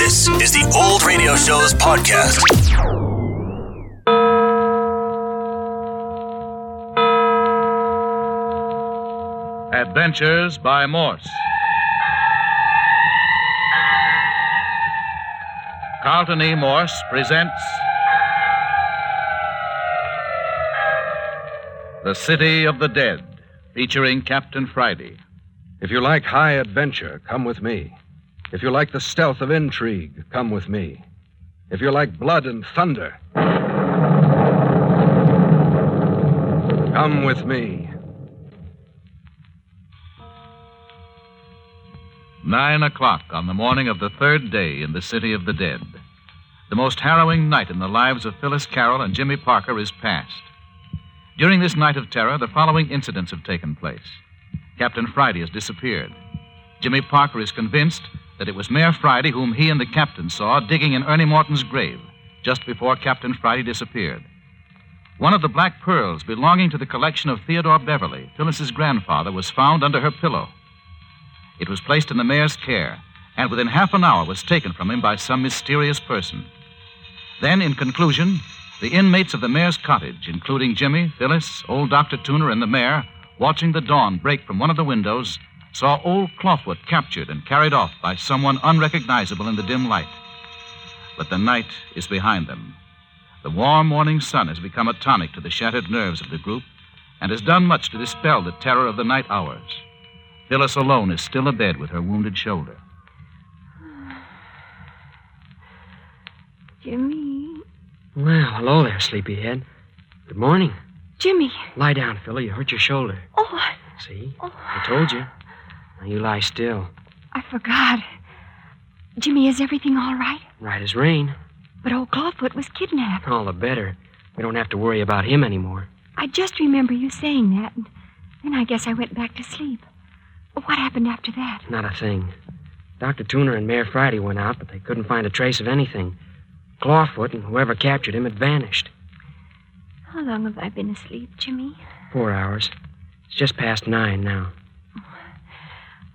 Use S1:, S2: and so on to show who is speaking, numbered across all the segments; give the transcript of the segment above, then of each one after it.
S1: This is the Old Radio Show's podcast.
S2: Adventures by Morse. Carlton E. Morse presents The City of the Dead, featuring Captain Friday.
S3: If you like high adventure, come with me. If you like the stealth of intrigue, come with me. If you like blood and thunder, come with me.
S2: Nine o'clock on the morning of the third day in the City of the Dead. The most harrowing night in the lives of Phyllis Carroll and Jimmy Parker is past. During this night of terror, the following incidents have taken place Captain Friday has disappeared. Jimmy Parker is convinced that it was Mayor Friday whom he and the captain saw digging in Ernie Morton's grave just before Captain Friday disappeared. One of the black pearls belonging to the collection of Theodore Beverly, Phyllis's grandfather, was found under her pillow. It was placed in the mayor's care, and within half an hour was taken from him by some mysterious person. Then, in conclusion, the inmates of the mayor's cottage, including Jimmy, Phyllis, old Dr. Tooner, and the mayor, watching the dawn break from one of the windows, saw old Clawfoot captured and carried off by someone unrecognizable in the dim light. But the night is behind them. The warm morning sun has become a tonic to the shattered nerves of the group and has done much to dispel the terror of the night hours. Phyllis alone is still abed with her wounded shoulder.
S4: Jimmy.
S5: Well, hello there, sleepyhead. Good morning.
S4: Jimmy.
S5: Lie down, Philly. You hurt your shoulder.
S4: Oh, I,
S5: See?
S4: oh,
S5: I told you. Now you lie still.
S4: I forgot. Jimmy, is everything all right?
S5: Right as rain.
S4: But old Clawfoot was kidnapped.
S5: All the better. We don't have to worry about him anymore.
S4: I just remember you saying that, and then I guess I went back to sleep. What happened after that?
S5: Not a thing. Dr. Tooner and Mayor Friday went out, but they couldn't find a trace of anything. Clawfoot and whoever captured him had vanished.
S4: How long have I been asleep, Jimmy?
S5: Four hours. It's just past nine now.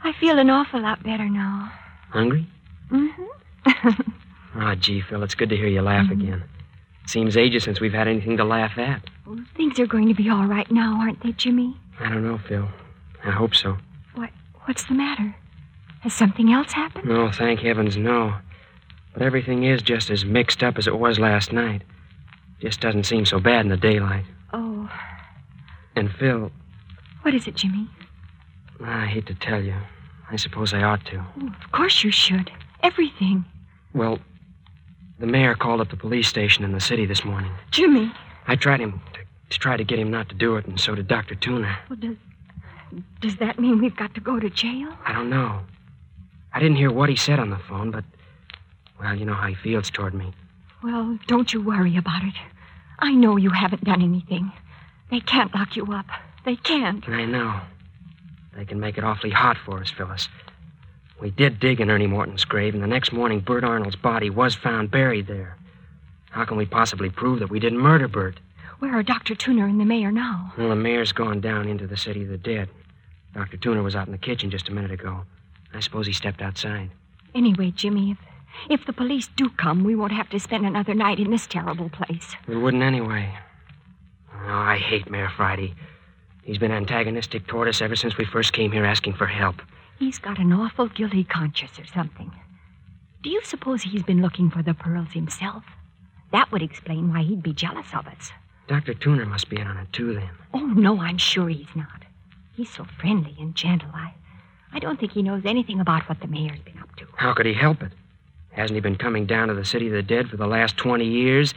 S4: I feel an awful lot better now.
S5: Hungry?
S4: Mm-hmm.
S5: Ah, gee, Phil, it's good to hear you laugh again. It seems ages since we've had anything to laugh at.
S4: Things are going to be all right now, aren't they, Jimmy?
S5: I don't know, Phil. I hope so.
S4: What's the matter? Has something else happened?
S5: No, thank heavens, no. But everything is just as mixed up as it was last night. Just doesn't seem so bad in the daylight.
S4: Oh,
S5: And Phil,
S4: what is it, Jimmy?
S5: I hate to tell you. I suppose I ought to.
S4: Oh, of course you should. Everything.
S5: Well, the mayor called up the police station in the city this morning.
S4: Jimmy.
S5: I tried him to, to try to get him not to do it, and so did Dr. Tuner.
S4: Well, does does that mean we've got to go to jail?
S5: I don't know. I didn't hear what he said on the phone, but well, you know how he feels toward me.
S4: Well, don't you worry about it. I know you haven't done anything. They can't lock you up. They can't.
S5: I know. They can make it awfully hot for us, Phyllis. We did dig in Ernie Morton's grave, and the next morning Bert Arnold's body was found buried there. How can we possibly prove that we didn't murder Bert?
S4: Where are Dr. Tuner and the mayor now?
S5: Well, the mayor's gone down into the city of the dead. Dr. Tuner was out in the kitchen just a minute ago. I suppose he stepped outside.
S4: Anyway, Jimmy, if if the police do come, we won't have to spend another night in this terrible place.
S5: We wouldn't anyway. Oh, I hate Mayor Friday. He's been antagonistic toward us ever since we first came here asking for help.
S4: He's got an awful guilty conscience or something. Do you suppose he's been looking for the pearls himself? That would explain why he'd be jealous of us.
S5: Dr. Tuner must be in on it, too, then.
S4: Oh, no, I'm sure he's not. He's so friendly and gentle. I, I don't think he knows anything about what the mayor's been up to.
S5: How could he help it? Hasn't he been coming down to the city of the dead for the last 20 years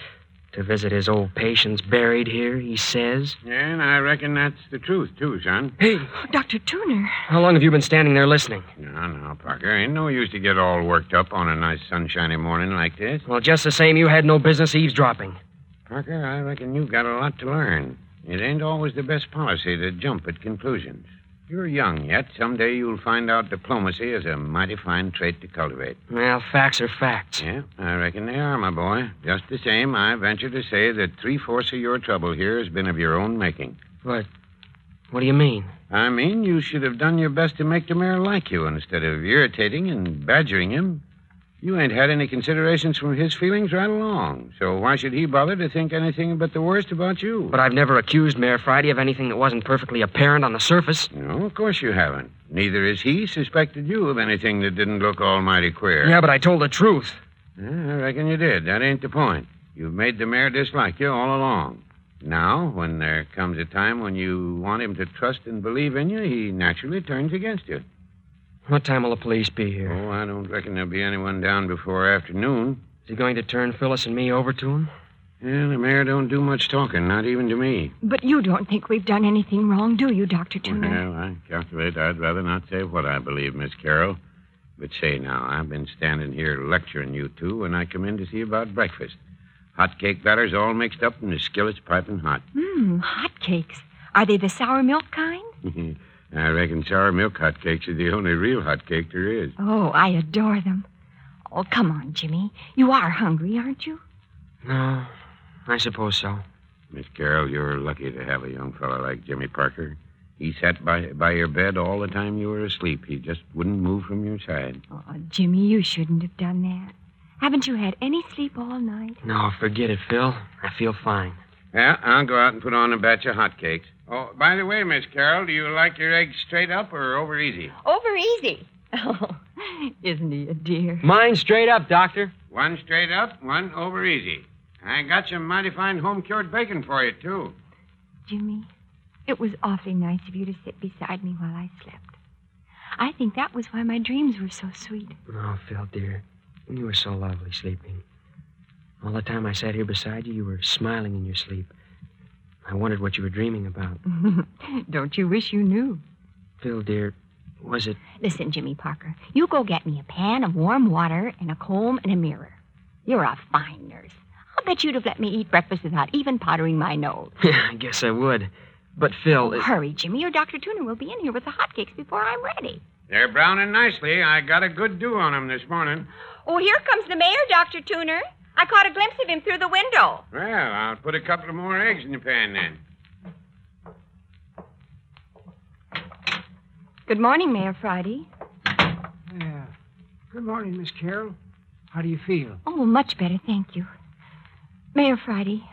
S5: to visit his old patients buried here, he says?
S6: Yeah, and I reckon that's the truth, too, son.
S5: Hey,
S4: Dr. Tuner.
S5: how long have you been standing there listening?
S6: No, no, Parker. Ain't no use to get all worked up on a nice sunshiny morning like this.
S5: Well, just the same, you had no business eavesdropping.
S6: Parker, I reckon you've got a lot to learn. It ain't always the best policy to jump at conclusions. You're young yet. Someday you'll find out diplomacy is a mighty fine trait to cultivate.
S5: Well, facts are facts.
S6: Yeah, I reckon they are, my boy. Just the same, I venture to say that three fourths of your trouble here has been of your own making.
S5: But what do you mean?
S6: I mean, you should have done your best to make the mayor like you instead of irritating and badgering him. You ain't had any considerations for his feelings right along, so why should he bother to think anything but the worst about you?
S5: But I've never accused Mayor Friday of anything that wasn't perfectly apparent on the surface.
S6: No, of course you haven't. Neither has he suspected you of anything that didn't look almighty queer.
S5: Yeah, but I told the truth.
S6: Yeah, I reckon you did. That ain't the point. You've made the mayor dislike you all along. Now, when there comes a time when you want him to trust and believe in you, he naturally turns against you.
S5: What time will the police be here?
S6: Oh, I don't reckon there'll be anyone down before afternoon.
S5: Is he going to turn Phyllis and me over to him?
S6: Yeah, the mayor don't do much talking, not even to me.
S4: But you don't think we've done anything wrong, do you, Dr. Turner?
S6: Well, I calculate I'd rather not say what I believe, Miss Carroll. But say now, I've been standing here lecturing you two when I come in to see about breakfast. Hot cake batter's all mixed up and the skillet's piping hot.
S4: Mmm, hotcakes. Are they the sour milk kind?
S6: I reckon sour milk hot cakes are the only real hot cake there is.
S4: Oh, I adore them. Oh, come on, Jimmy. You are hungry, aren't you?
S5: No, I suppose so.
S6: Miss Carroll, you're lucky to have a young fellow like Jimmy Parker. He sat by, by your bed all the time you were asleep. He just wouldn't move from your side.
S4: Oh, Jimmy, you shouldn't have done that. Haven't you had any sleep all night?
S5: No, forget it, Phil. I feel fine.
S6: Yeah, I'll go out and put on a batch of hot cakes. Oh, by the way, Miss Carroll, do you like your eggs straight up or over easy?
S4: Over easy. Oh, isn't he a dear?
S5: Mine straight up, Doctor.
S6: One straight up, one over easy. I got some mighty fine home cured bacon for you, too.
S4: Jimmy, it was awfully nice of you to sit beside me while I slept. I think that was why my dreams were so sweet.
S5: Oh, Phil, dear. You were so lovely sleeping. All the time I sat here beside you, you were smiling in your sleep. I wondered what you were dreaming about.
S4: Don't you wish you knew?
S5: Phil, dear, was it.
S4: Listen, Jimmy Parker, you go get me a pan of warm water and a comb and a mirror. You're a fine nurse. I'll bet you'd have let me eat breakfast without even powdering my nose.
S5: I guess I would. But, Phil. it-
S4: Hurry, Jimmy, or Dr. Tuner will be in here with the hotcakes before I'm ready.
S6: They're browning nicely. I got a good do on them this morning.
S7: Oh, here comes the mayor, Dr. Tuner. I caught a glimpse of him through the window.
S6: Well, I'll put a couple of more eggs in the pan then.
S4: Good morning, Mayor Friday.
S8: Oh, Yeah. Good morning, Miss Carroll. How do you feel?
S4: Oh, much better, thank you. Mayor Friday,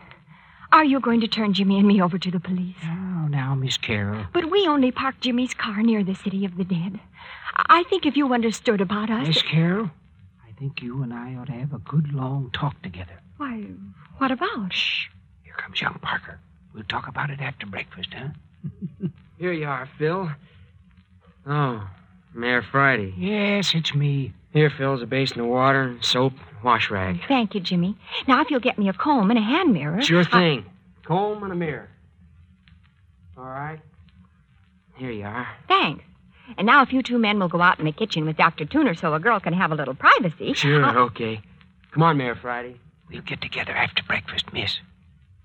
S4: are you going to turn Jimmy and me over to the police?
S8: Oh, now, Miss Carroll.
S4: But we only parked Jimmy's car near the city of the dead. I I think if you understood about us.
S8: Miss Carroll, I think you and I ought to have a good long talk together.
S4: Why, what about? Shh.
S8: Here comes young Parker. We'll talk about it after breakfast, huh?
S5: Here you are, Phil. Oh, Mayor Friday.
S8: Yes, it's me.
S5: Here, Phil's a basin of water, soap, wash rag.
S4: Thank you, Jimmy. Now, if you'll get me a comb and a hand mirror. Uh,
S5: Sure thing. Comb and a mirror. All right. Here you are.
S4: Thanks. And now, if you two men will go out in the kitchen with Dr. Tuner so a girl can have a little privacy.
S5: Sure,
S4: I'll-
S5: okay. Come on, Mayor Friday.
S8: We'll get together after breakfast, miss.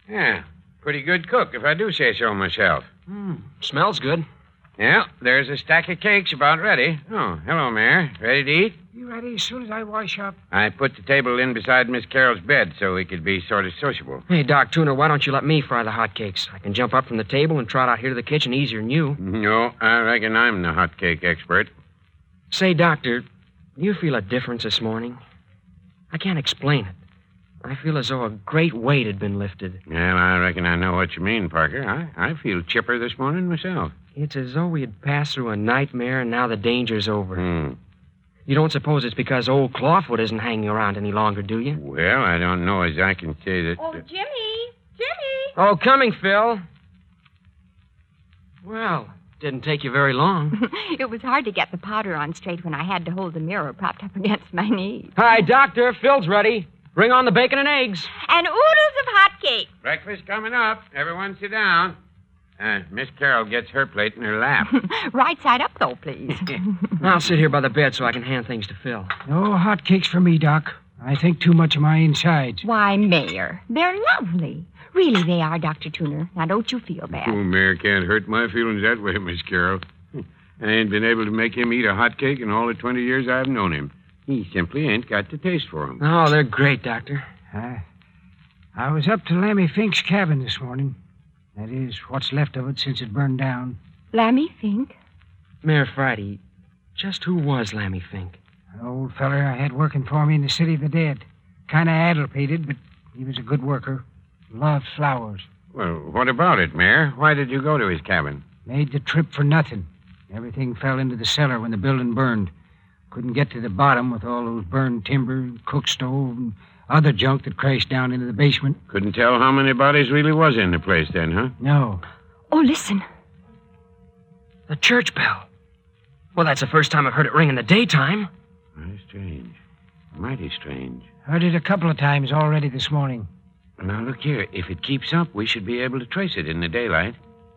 S6: Yeah, pretty good cook, if I do say so myself.
S5: Mm, smells good.
S6: Yeah, there's a stack of cakes about ready. Oh, hello, Mayor. Ready to eat?
S8: You ready as soon as I wash up?
S6: I put the table in beside Miss Carroll's bed so we could be sort of sociable.
S5: Hey, Doc Tuner, why don't you let me fry the hotcakes? I can jump up from the table and trot out here to the kitchen easier than you.
S6: No, I reckon I'm the hot cake expert.
S5: Say, Doctor, do you feel a difference this morning? I can't explain it. I feel as though a great weight had been lifted.
S6: Well, I reckon I know what you mean, Parker. I, I feel chipper this morning myself.
S5: It's as though we had passed through a nightmare and now the danger's over.
S6: Hmm.
S5: You don't suppose it's because old Clawfoot isn't hanging around any longer, do you?
S6: Well, I don't know as I can say that.
S7: Oh, Jimmy! Jimmy!
S5: Oh, coming, Phil. Well, didn't take you very long.
S4: it was hard to get the powder on straight when I had to hold the mirror propped up against my knee.
S5: Hi, Doctor. Phil's ready. Bring on the bacon and eggs.
S7: And oodles of hotcake.
S6: Breakfast coming up. Everyone sit down. Uh, Miss Carroll gets her plate in her lap.
S4: right side up, though, please.
S5: I'll sit here by the bed so I can hand things to Phil.
S8: No hot cakes for me, Doc. I think too much of my insides.
S4: Why, Mayor, they're lovely. Really, they are, Dr. Tuner. Now, don't you feel bad.
S6: Oh, Mayor can't hurt my feelings that way, Miss Carroll. I ain't been able to make him eat a hot cake in all the 20 years I've known him. He simply ain't got the taste for 'em.
S5: Oh, they're great, Doctor.
S8: I, I was up to Lammy Fink's cabin this morning. That is, what's left of it since it burned down.
S4: Lammy Fink?
S5: Mayor Friday, just who was Lammy Fink?
S8: An old feller I had working for me in the City of the Dead. Kind of addlepated, but he was a good worker. Loved flowers.
S6: Well, what about it, Mayor? Why did you go to his cabin?
S8: Made the trip for nothing. Everything fell into the cellar when the building burned. Couldn't get to the bottom with all those burned timber, and cook stove, and other junk that crashed down into the basement.
S6: Couldn't tell how many bodies really was in the place then, huh?
S8: No.
S4: Oh, listen.
S5: The church bell. Well, that's the first time I've heard it ring in the daytime.
S6: Very strange. Mighty strange.
S8: Heard it a couple of times already this morning.
S6: Now, look here. If it keeps up, we should be able to trace it in the daylight.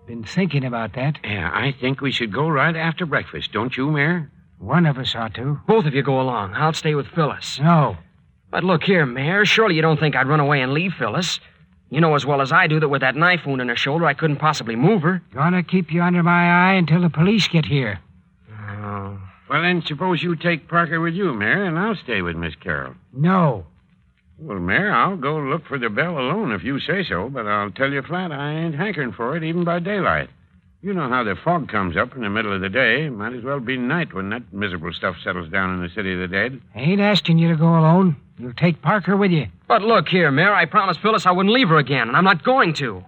S8: Been thinking about that.
S6: Yeah, I think we should go right after breakfast, don't you, Mayor?
S8: One of us ought to.
S5: Both of you go along. I'll stay with Phyllis.
S8: No.
S5: But look here, Mayor. Surely you don't think I'd run away and leave Phyllis. You know as well as I do that with that knife wound in her shoulder, I couldn't possibly move her.
S8: Gonna keep you under my eye until the police get here.
S5: Oh,
S6: Well, then, suppose you take Parker with you, Mayor, and I'll stay with Miss Carroll.
S8: No.
S6: Well, Mayor, I'll go look for the bell alone if you say so, but I'll tell you flat, I ain't hankering for it even by daylight. You know how the fog comes up in the middle of the day. Might as well be night when that miserable stuff settles down in the City of the Dead.
S8: I ain't asking you to go alone. You'll take Parker with you.
S5: But look here, Mayor. I promised Phyllis I wouldn't leave her again, and I'm not going to.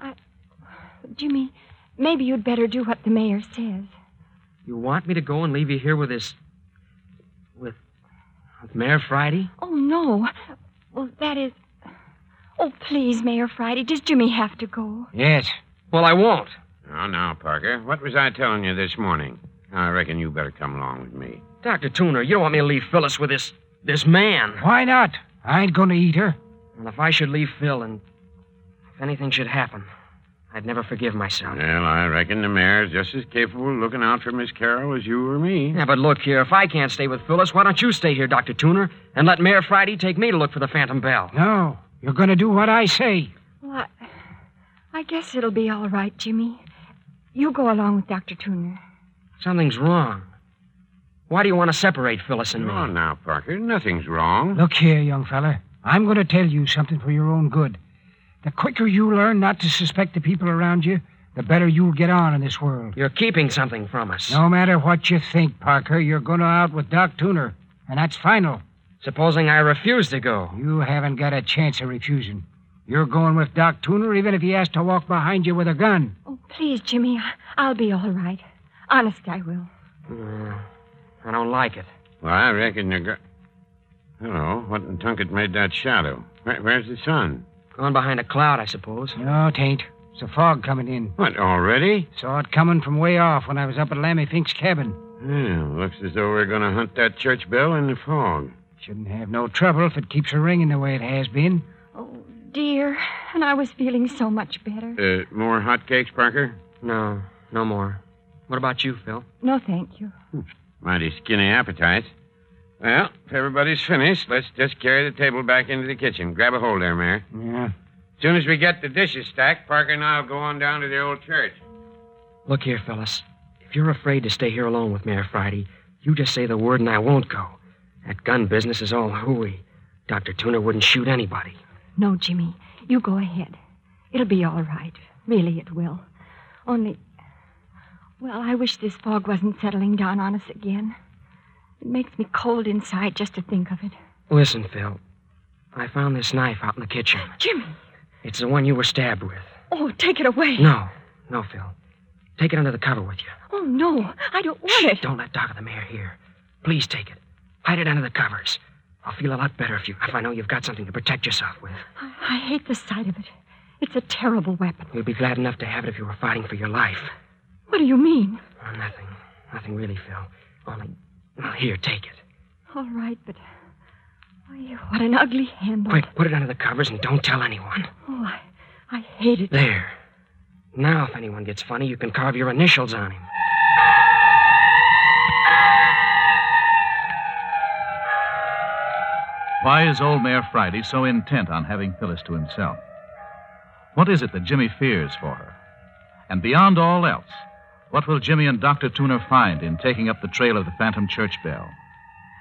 S4: Jimmy, maybe you'd better do what the mayor says.
S5: You want me to go and leave you here with this. with. with Mayor Friday?
S4: Oh, no. Well, that is. Oh, please, Mayor Friday, does Jimmy have to go?
S8: Yes.
S5: Well, I won't.
S6: Now, Oh, now, Parker, what was I telling you this morning? I reckon you better come along with me.
S5: Dr. Tuner, you don't want me to leave Phyllis with this. this man.
S8: Why not? I ain't gonna eat her.
S5: And if I should leave Phil and. if anything should happen, I'd never forgive myself.
S6: Well, I reckon the mayor's just as capable of looking out for Miss Carroll as you or me.
S5: Yeah, but look here. If I can't stay with Phyllis, why don't you stay here, Dr. Tuner, and let Mayor Friday take me to look for the Phantom Bell?
S8: No. You're gonna do what I say.
S4: Well, I, I guess it'll be all right, Jimmy. You go along with Dr. Tuner.
S5: Something's wrong. Why do you want to separate Phyllis and me?
S6: Oh, now, Parker, nothing's wrong.
S8: Look here, young feller. I'm going to tell you something for your own good. The quicker you learn not to suspect the people around you, the better you'll get on in this world.
S5: You're keeping something from us.
S8: No matter what you think, Parker, you're going to out with Doc Tuner, and that's final.
S5: Supposing I refuse to go.
S8: You haven't got a chance of refusing. You're going with Doc Tuner, even if he has to walk behind you with a gun.
S4: Oh, please, Jimmy, I, I'll be all right. Honest, I will.
S5: Yeah, Mm, I don't like it.
S6: Well, I reckon the girl. Hello, what in Tunket made that shadow? Where, where's the sun?
S5: Gone behind a cloud, I suppose.
S8: No, tain't. It's the fog coming in.
S6: What, already?
S8: Saw it coming from way off when I was up at Lammy Fink's cabin.
S6: Yeah, looks as though we're going to hunt that church bell in the fog.
S8: Shouldn't have no trouble if it keeps a ringing the way it has been.
S4: Oh, dear. And I was feeling so much better.
S6: Uh, more hotcakes, Parker?
S5: No, no more. What about you, Phil?
S4: No, thank you.
S6: Mighty skinny appetite. Well, if everybody's finished, let's just carry the table back into the kitchen. Grab a hold there, Mayor.
S8: Yeah.
S6: soon as we get the dishes stacked, Parker and I'll go on down to the old church.
S5: Look here, fellas. If you're afraid to stay here alone with Mayor Friday, you just say the word and I won't go. That gun business is all hooey. Dr. Tuner wouldn't shoot anybody.
S4: No, Jimmy, you go ahead. It'll be all right. Really, it will. Only, well, I wish this fog wasn't settling down on us again. It makes me cold inside just to think of it.
S5: Listen, Phil. I found this knife out in the kitchen.
S4: Jimmy!
S5: It's the one you were stabbed with.
S4: Oh, take it away.
S5: No, no, Phil. Take it under the cover with you.
S4: Oh, no. I don't want it.
S5: Don't let Doc and the mayor hear. Please take it. Hide it under the covers. I'll feel a lot better if you if I know you've got something to protect yourself with.
S4: I, I hate the sight of it. It's a terrible weapon.
S5: You'd be glad enough to have it if you were fighting for your life.
S4: What do you mean?
S5: Oh, nothing. Nothing really, Phil. Only well, here, take it.
S4: All right, but. Why, what an ugly handle.
S5: Quick, put it under the covers and don't tell anyone.
S4: Oh, I, I hate it.
S5: There. Now, if anyone gets funny, you can carve your initials on him.
S2: Why is old Mayor Friday so intent on having Phyllis to himself? What is it that Jimmy fears for her? And beyond all else, what will Jimmy and Dr. Tuner find in taking up the trail of the Phantom Church Bell?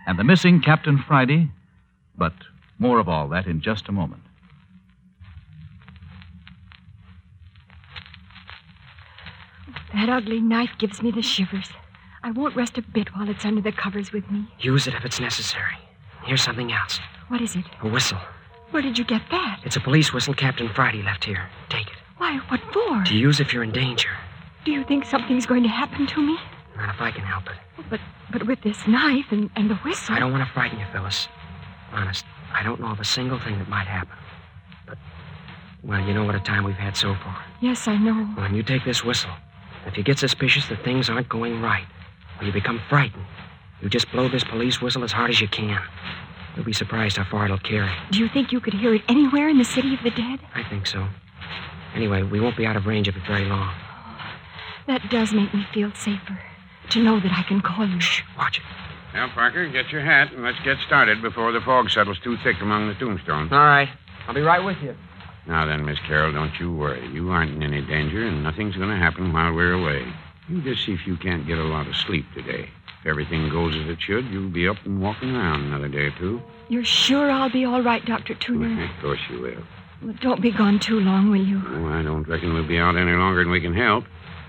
S2: And the missing Captain Friday? But more of all that in just a moment.
S4: That ugly knife gives me the shivers. I won't rest a bit while it's under the covers with me.
S5: Use it if it's necessary. Here's something else
S4: What is it?
S5: a whistle.
S4: Where did you get that?
S5: It's a police whistle Captain Friday left here. Take it.
S4: Why, what for?
S5: To use if you're in danger.
S4: Do you think something's going to happen to me?
S5: Not if I can help it.
S4: But but with this knife and, and the whistle.
S5: I don't want to frighten you, Phyllis. Honest, I don't know of a single thing that might happen. But, well, you know what a time we've had so far.
S4: Yes, I know.
S5: Well, and you take this whistle. If you get suspicious that things aren't going right, or you become frightened, you just blow this police whistle as hard as you can. You'll be surprised how far it'll carry.
S4: Do you think you could hear it anywhere in the city of the dead?
S5: I think so. Anyway, we won't be out of range of it very long.
S4: That does make me feel safer. To know that I can call you.
S5: Shh, watch it.
S6: Now, Parker, get your hat and let's get started before the fog settles too thick among the tombstones.
S5: All right. I'll be right with you.
S6: Now then, Miss Carroll, don't you worry. You aren't in any danger, and nothing's going to happen while we're away. You just see if you can't get a lot of sleep today. If everything goes as it should, you'll be up and walking around another day or two.
S4: You're sure I'll be all right, Dr. Tudor?
S6: Of course you will.
S4: Well, don't be gone too long, will you?
S6: Oh, I don't reckon we'll be out any longer than we can help.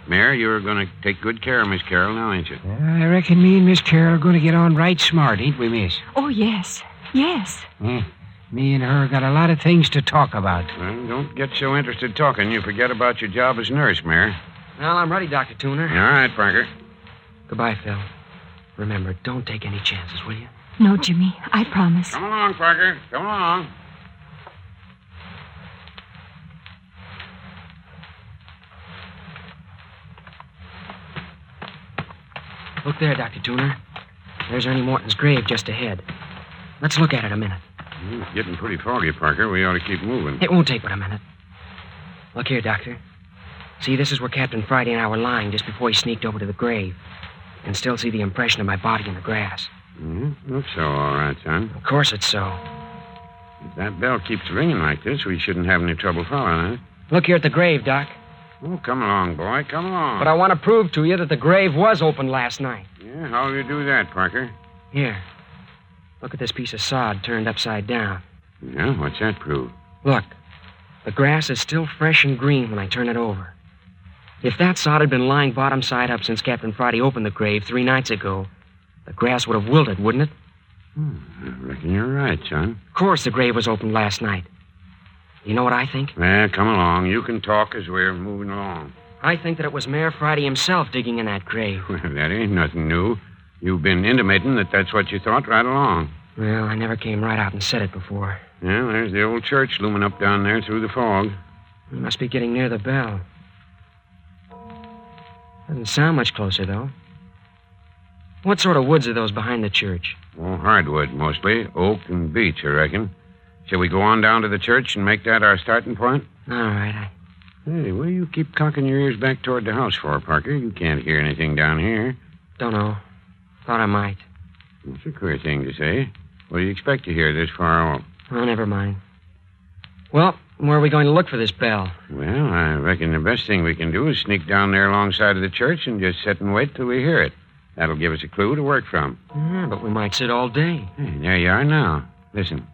S6: Mayor, you're going to take good care of Miss Carroll now, ain't you?
S8: I reckon me and Miss Carroll are going to get on right smart, ain't we, Miss?
S4: Oh, yes. Yes.
S8: Eh, me and her got a lot of things to talk about.
S6: Well, don't get so interested talking you forget about your job as nurse, Mayor.
S5: Well, I'm ready, Dr. Tuner.
S6: All right, Parker.
S5: Goodbye, Phil. Remember, don't take any chances, will you?
S4: No, Jimmy. I promise.
S6: Come along, Parker. Come along.
S5: Look there, Dr. Tuner. There's Ernie Morton's grave just ahead. Let's look at it a minute.
S6: Hmm, It's getting pretty foggy, Parker. We ought to keep moving.
S5: It won't take but a minute. Look here, Doctor. See, this is where Captain Friday and I were lying just before he sneaked over to the grave. You can still see the impression of my body in the grass.
S6: Hmm, Looks so, all right, son.
S5: Of course it's so.
S6: If that bell keeps ringing like this, we shouldn't have any trouble following it.
S5: Look here at the grave, Doc.
S6: Oh, come along, boy. Come along.
S5: But I want to prove to you that the grave was opened last night.
S6: Yeah, how'll you do that, Parker?
S5: Here. Look at this piece of sod turned upside down.
S6: Yeah, what's that prove?
S5: Look, the grass is still fresh and green when I turn it over. If that sod had been lying bottom side up since Captain Friday opened the grave three nights ago, the grass would have wilted, wouldn't it?
S6: I reckon you're right, son.
S5: Of course, the grave was opened last night. You know what I think?
S6: Well, come along. You can talk as we're moving along.
S5: I think that it was Mayor Friday himself digging in that grave.
S6: Well, that ain't nothing new. You've been intimating that that's what you thought right along.
S5: Well, I never came right out and said it before.
S6: Yeah, there's the old church looming up down there through the fog.
S5: We must be getting near the bell. Doesn't sound much closer, though. What sort of woods are those behind the church?
S6: Oh, hardwood mostly. Oak and beech, I reckon. Shall we go on down to the church and make that our starting point?
S5: All right, I.
S6: Hey, what do you keep cocking your ears back toward the house for, Parker? You can't hear anything down here.
S5: Don't know. Thought I might.
S6: It's a queer thing to say. What do you expect to hear this far off?
S5: Oh, never mind. Well, where are we going to look for this bell?
S6: Well, I reckon the best thing we can do is sneak down there alongside of the church and just sit and wait till we hear it. That'll give us a clue to work from.
S5: Yeah, but we might sit all day.
S6: Hey, Hmm, there you are now. Listen.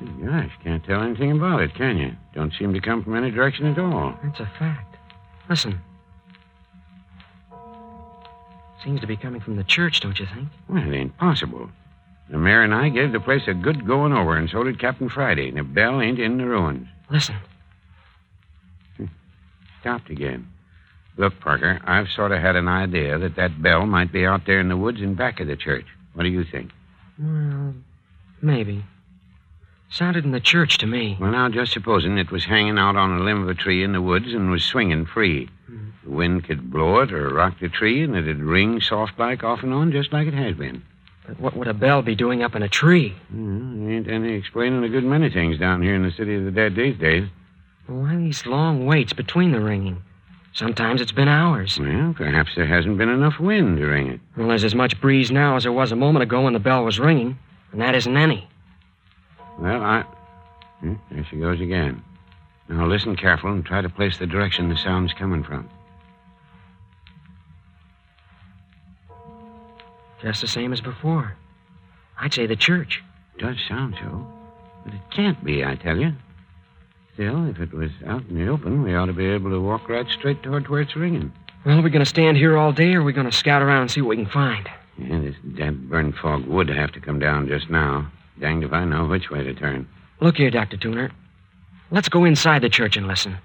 S6: Hey, Gosh, can't tell anything about it, can you? Don't seem to come from any direction at all.
S5: That's a fact. Listen. Seems to be coming from the church, don't you think?
S6: Well, it ain't possible. The mayor and I gave the place a good going over, and so did Captain Friday. And the bell ain't in the ruins.
S5: Listen.
S6: Stopped again. Look, Parker, I've sort of had an idea that that bell might be out there in the woods in back of the church. What do you think?
S5: Well, maybe. Sounded in the church to me.
S6: Well, now, just supposing it was hanging out on a limb of a tree in the woods and was swinging free. The wind could blow it or rock the tree, and it'd ring soft like off and on, just like it has been.
S5: But what would a bell be doing up in a tree?
S6: Well, there ain't any explaining a good many things down here in the city of the dead these days.
S5: Why these long waits between the ringing? Sometimes it's been hours.
S6: Well, perhaps there hasn't been enough wind to ring it.
S5: Well, there's as much breeze now as there was a moment ago when the bell was ringing, and that isn't any.
S6: Well, I. Hmm, There she goes again. Now listen careful and try to place the direction the sound's coming from.
S5: Just the same as before. I'd say the church.
S6: does sound so, but it can't be, I tell you. Still, if it was out in the open, we ought to be able to walk right straight toward where it's ringing.
S5: Well, are we going to stand here all day, or are we going to scout around and see what we can find?
S6: Yeah, this damn burn fog would have to come down just now. Danged if I know which way to turn.
S5: Look here, Dr. Tuner. Let's go inside the church and listen.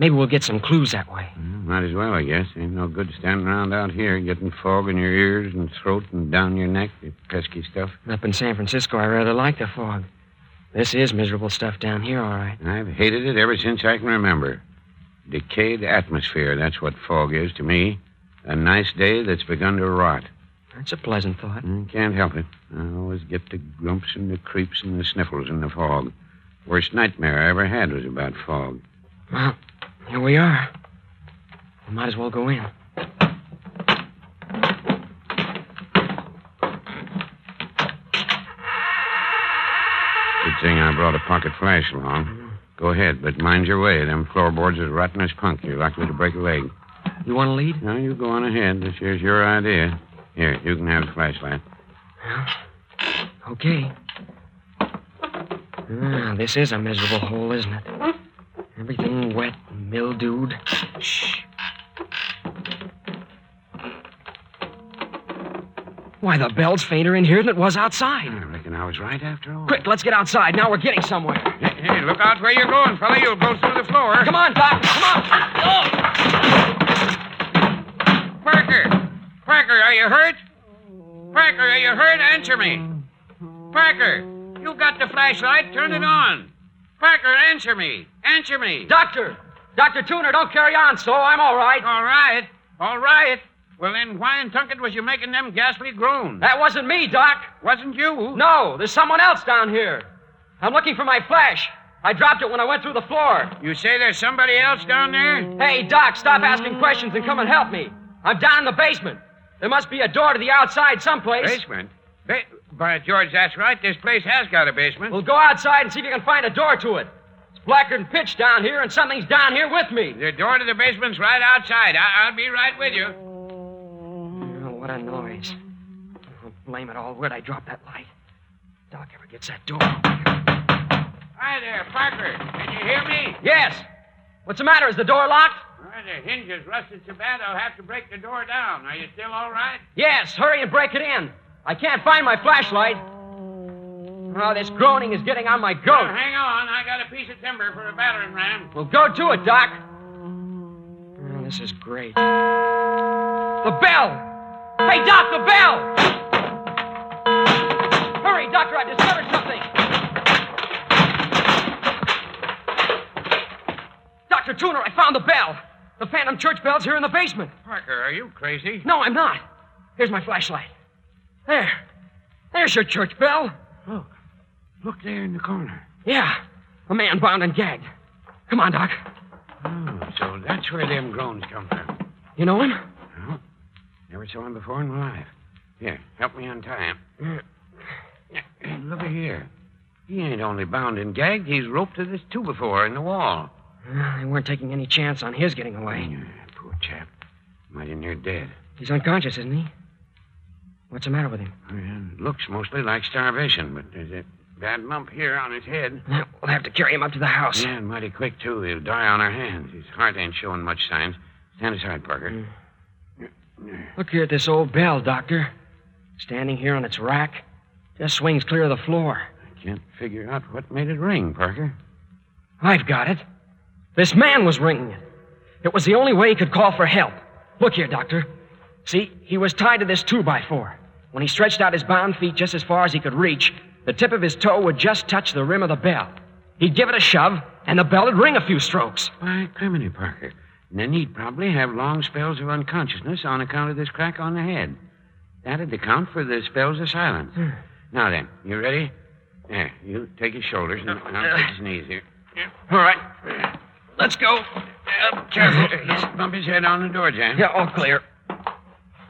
S5: Maybe we'll get some clues that way.
S6: Well, might as well, I guess. Ain't no good standing around out here getting fog in your ears and throat and down your neck, the pesky stuff.
S5: Up in San Francisco, I rather like the fog. This is miserable stuff down here, all right.
S6: I've hated it ever since I can remember. Decayed atmosphere, that's what fog is to me. A nice day that's begun to rot.
S5: That's a pleasant thought.
S6: I Mm, can't help it. I always get the grumps and the creeps and the sniffles in the fog. Worst nightmare I ever had was about fog.
S5: Well, here we are. We might as well go in.
S6: Good thing I brought a pocket flash along. Go ahead, but mind your way. Them floorboards is rotten as punk. You're likely to break a leg.
S5: You want to lead?
S6: Now, you go on ahead. This here's your idea. Here, you can have the flashlight.
S5: Okay. Ah, this is a miserable hole, isn't it? Everything wet and mildewed. Shh. Why, the bell's fainter in here than it was outside.
S6: I reckon I was right after all.
S5: Quick, let's get outside. Now we're getting somewhere.
S6: Hey, hey, look out where you're going, fella. You'll go through the floor.
S5: Come on, Oh, Doc. Come on.
S6: Parker! Parker, are you hurt? Parker, are you hurt? Answer me. Parker, you got the flashlight. Turn it on. Parker, answer me. Answer me.
S5: Doctor! Dr. Tuner, don't carry on so. I'm all right.
S6: All right. All right. Well, then, why in Tunket was you making them ghastly groans?
S5: That wasn't me, Doc.
S6: Wasn't you?
S5: No, there's someone else down here. I'm looking for my flash. I dropped it when I went through the floor.
S6: You say there's somebody else down there?
S5: Hey, Doc, stop asking questions and come and help me. I'm down in the basement. There must be a door to the outside someplace.
S6: Basement? Ba- by George, that's right. This place has got a basement.
S5: We'll go outside and see if you can find a door to it. It's blacker than pitch down here, and something's down here with me.
S6: The door to the basement's right outside. I- I'll be right with you.
S5: Oh, what a noise. Oh, blame it all. Where'd I drop that light? Doc ever gets that door.
S6: Hi there, Parker. Can you hear me?
S5: Yes. What's the matter? Is the door locked?
S6: Well, the hinge is rusted so bad I'll have to break the door down. Are you still all right?
S5: Yes. Hurry and break it in. I can't find my flashlight. Oh, this groaning is getting on my
S6: Well,
S5: goat.
S6: Oh, hang on. I got a piece of timber for a battering ram.
S5: Well, go to it, Doc. Oh, this is great. The bell! Hey, Doc, the bell! Hurry, Doctor, I've discovered something! Dr. Tuner, I found the bell! The Phantom Church bell's here in the basement.
S6: Parker, are you crazy?
S5: No, I'm not. Here's my flashlight. There. There's your church bell.
S6: Look. Look there in the corner.
S5: Yeah, a man bound and gagged. Come on, Doc.
S6: Oh, so that's where them groans come from.
S5: You know him?
S6: Well, never saw him before in my life. Here, help me untie him. Look here. He ain't only bound and gagged, he's roped to this tube before in the wall.
S5: Well, They weren't taking any chance on his getting away.
S6: Poor chap. Might in here dead.
S5: He's unconscious, isn't he? What's the matter with him?
S6: Well, looks mostly like starvation, but there's a bad lump here on his head.
S5: Well, We'll have to carry him up to the house.
S6: Yeah, and mighty quick, too. He'll die on our hands. His heart ain't showing much signs. Stand aside, Parker.
S5: Mm. Look here at this old bell, Doctor. Standing here on its rack, just swings clear of the floor.
S6: I can't figure out what made it ring, Parker.
S5: I've got it. This man was ringing it. It was the only way he could call for help. Look here, Doctor. See, he was tied to this two by four. When he stretched out his bound feet just as far as he could reach, the tip of his toe would just touch the rim of the bell. He'd give it a shove, and the bell would ring a few strokes.
S6: Why, criminy, Parker. And then he'd probably have long spells of unconsciousness on account of this crack on the head. That'd account for the spells of silence.
S5: Mm.
S6: now then, you ready? There, you take his shoulders, and I'll take his knees here.
S5: Uh, All right. Let's go.
S6: Careful. Just bump his head on the door jamb.
S5: Yeah, all clear.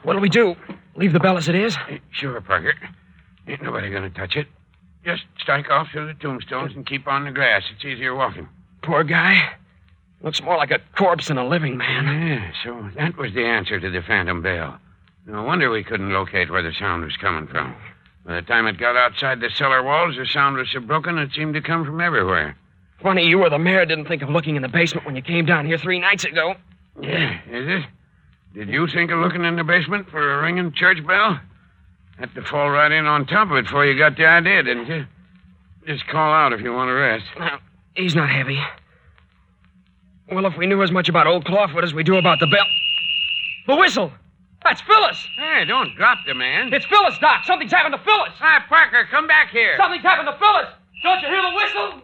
S5: What'll we do? Leave the bell as it is?
S6: Sure, Parker. Ain't nobody gonna touch it. Just strike off through the tombstones and keep on the grass. It's easier walking.
S5: Poor guy. Looks more like a corpse than a living man.
S6: Yeah, so that was the answer to the phantom bell. No wonder we couldn't locate where the sound was coming from. By the time it got outside the cellar walls, the sound was so broken it seemed to come from everywhere.
S5: Funny you or the mayor didn't think of looking in the basement when you came down here three nights ago.
S6: Yeah, is it? Did you think of looking in the basement for a ringing church bell? Had to fall right in on top of it before you got the idea, didn't you? Just call out if you want to rest.
S5: Now, he's not heavy. Well, if we knew as much about old Clawfoot as we do about the bell. The whistle! That's Phyllis!
S6: Hey, don't drop the man.
S5: It's Phyllis, Doc! Something's happened to Phyllis!
S6: Hi, Parker, come back here.
S5: Something's happened to Phyllis! Don't you hear the whistle?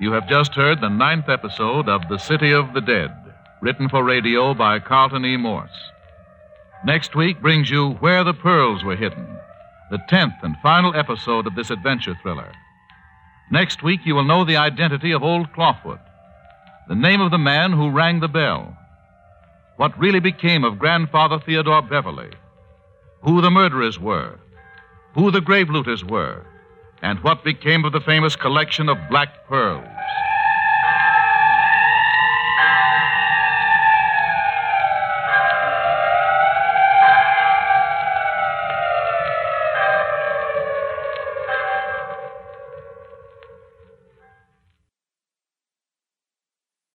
S2: You have just heard the ninth episode of The City of the Dead, written for radio by Carlton E. Morse. Next week brings you Where the Pearls Were Hidden, the tenth and final episode of this adventure thriller. Next week, you will know the identity of old Clawfoot, the name of the man who rang the bell, what really became of Grandfather Theodore Beverly, who the murderers were, who the grave looters were, and what became of the famous collection of black pearls.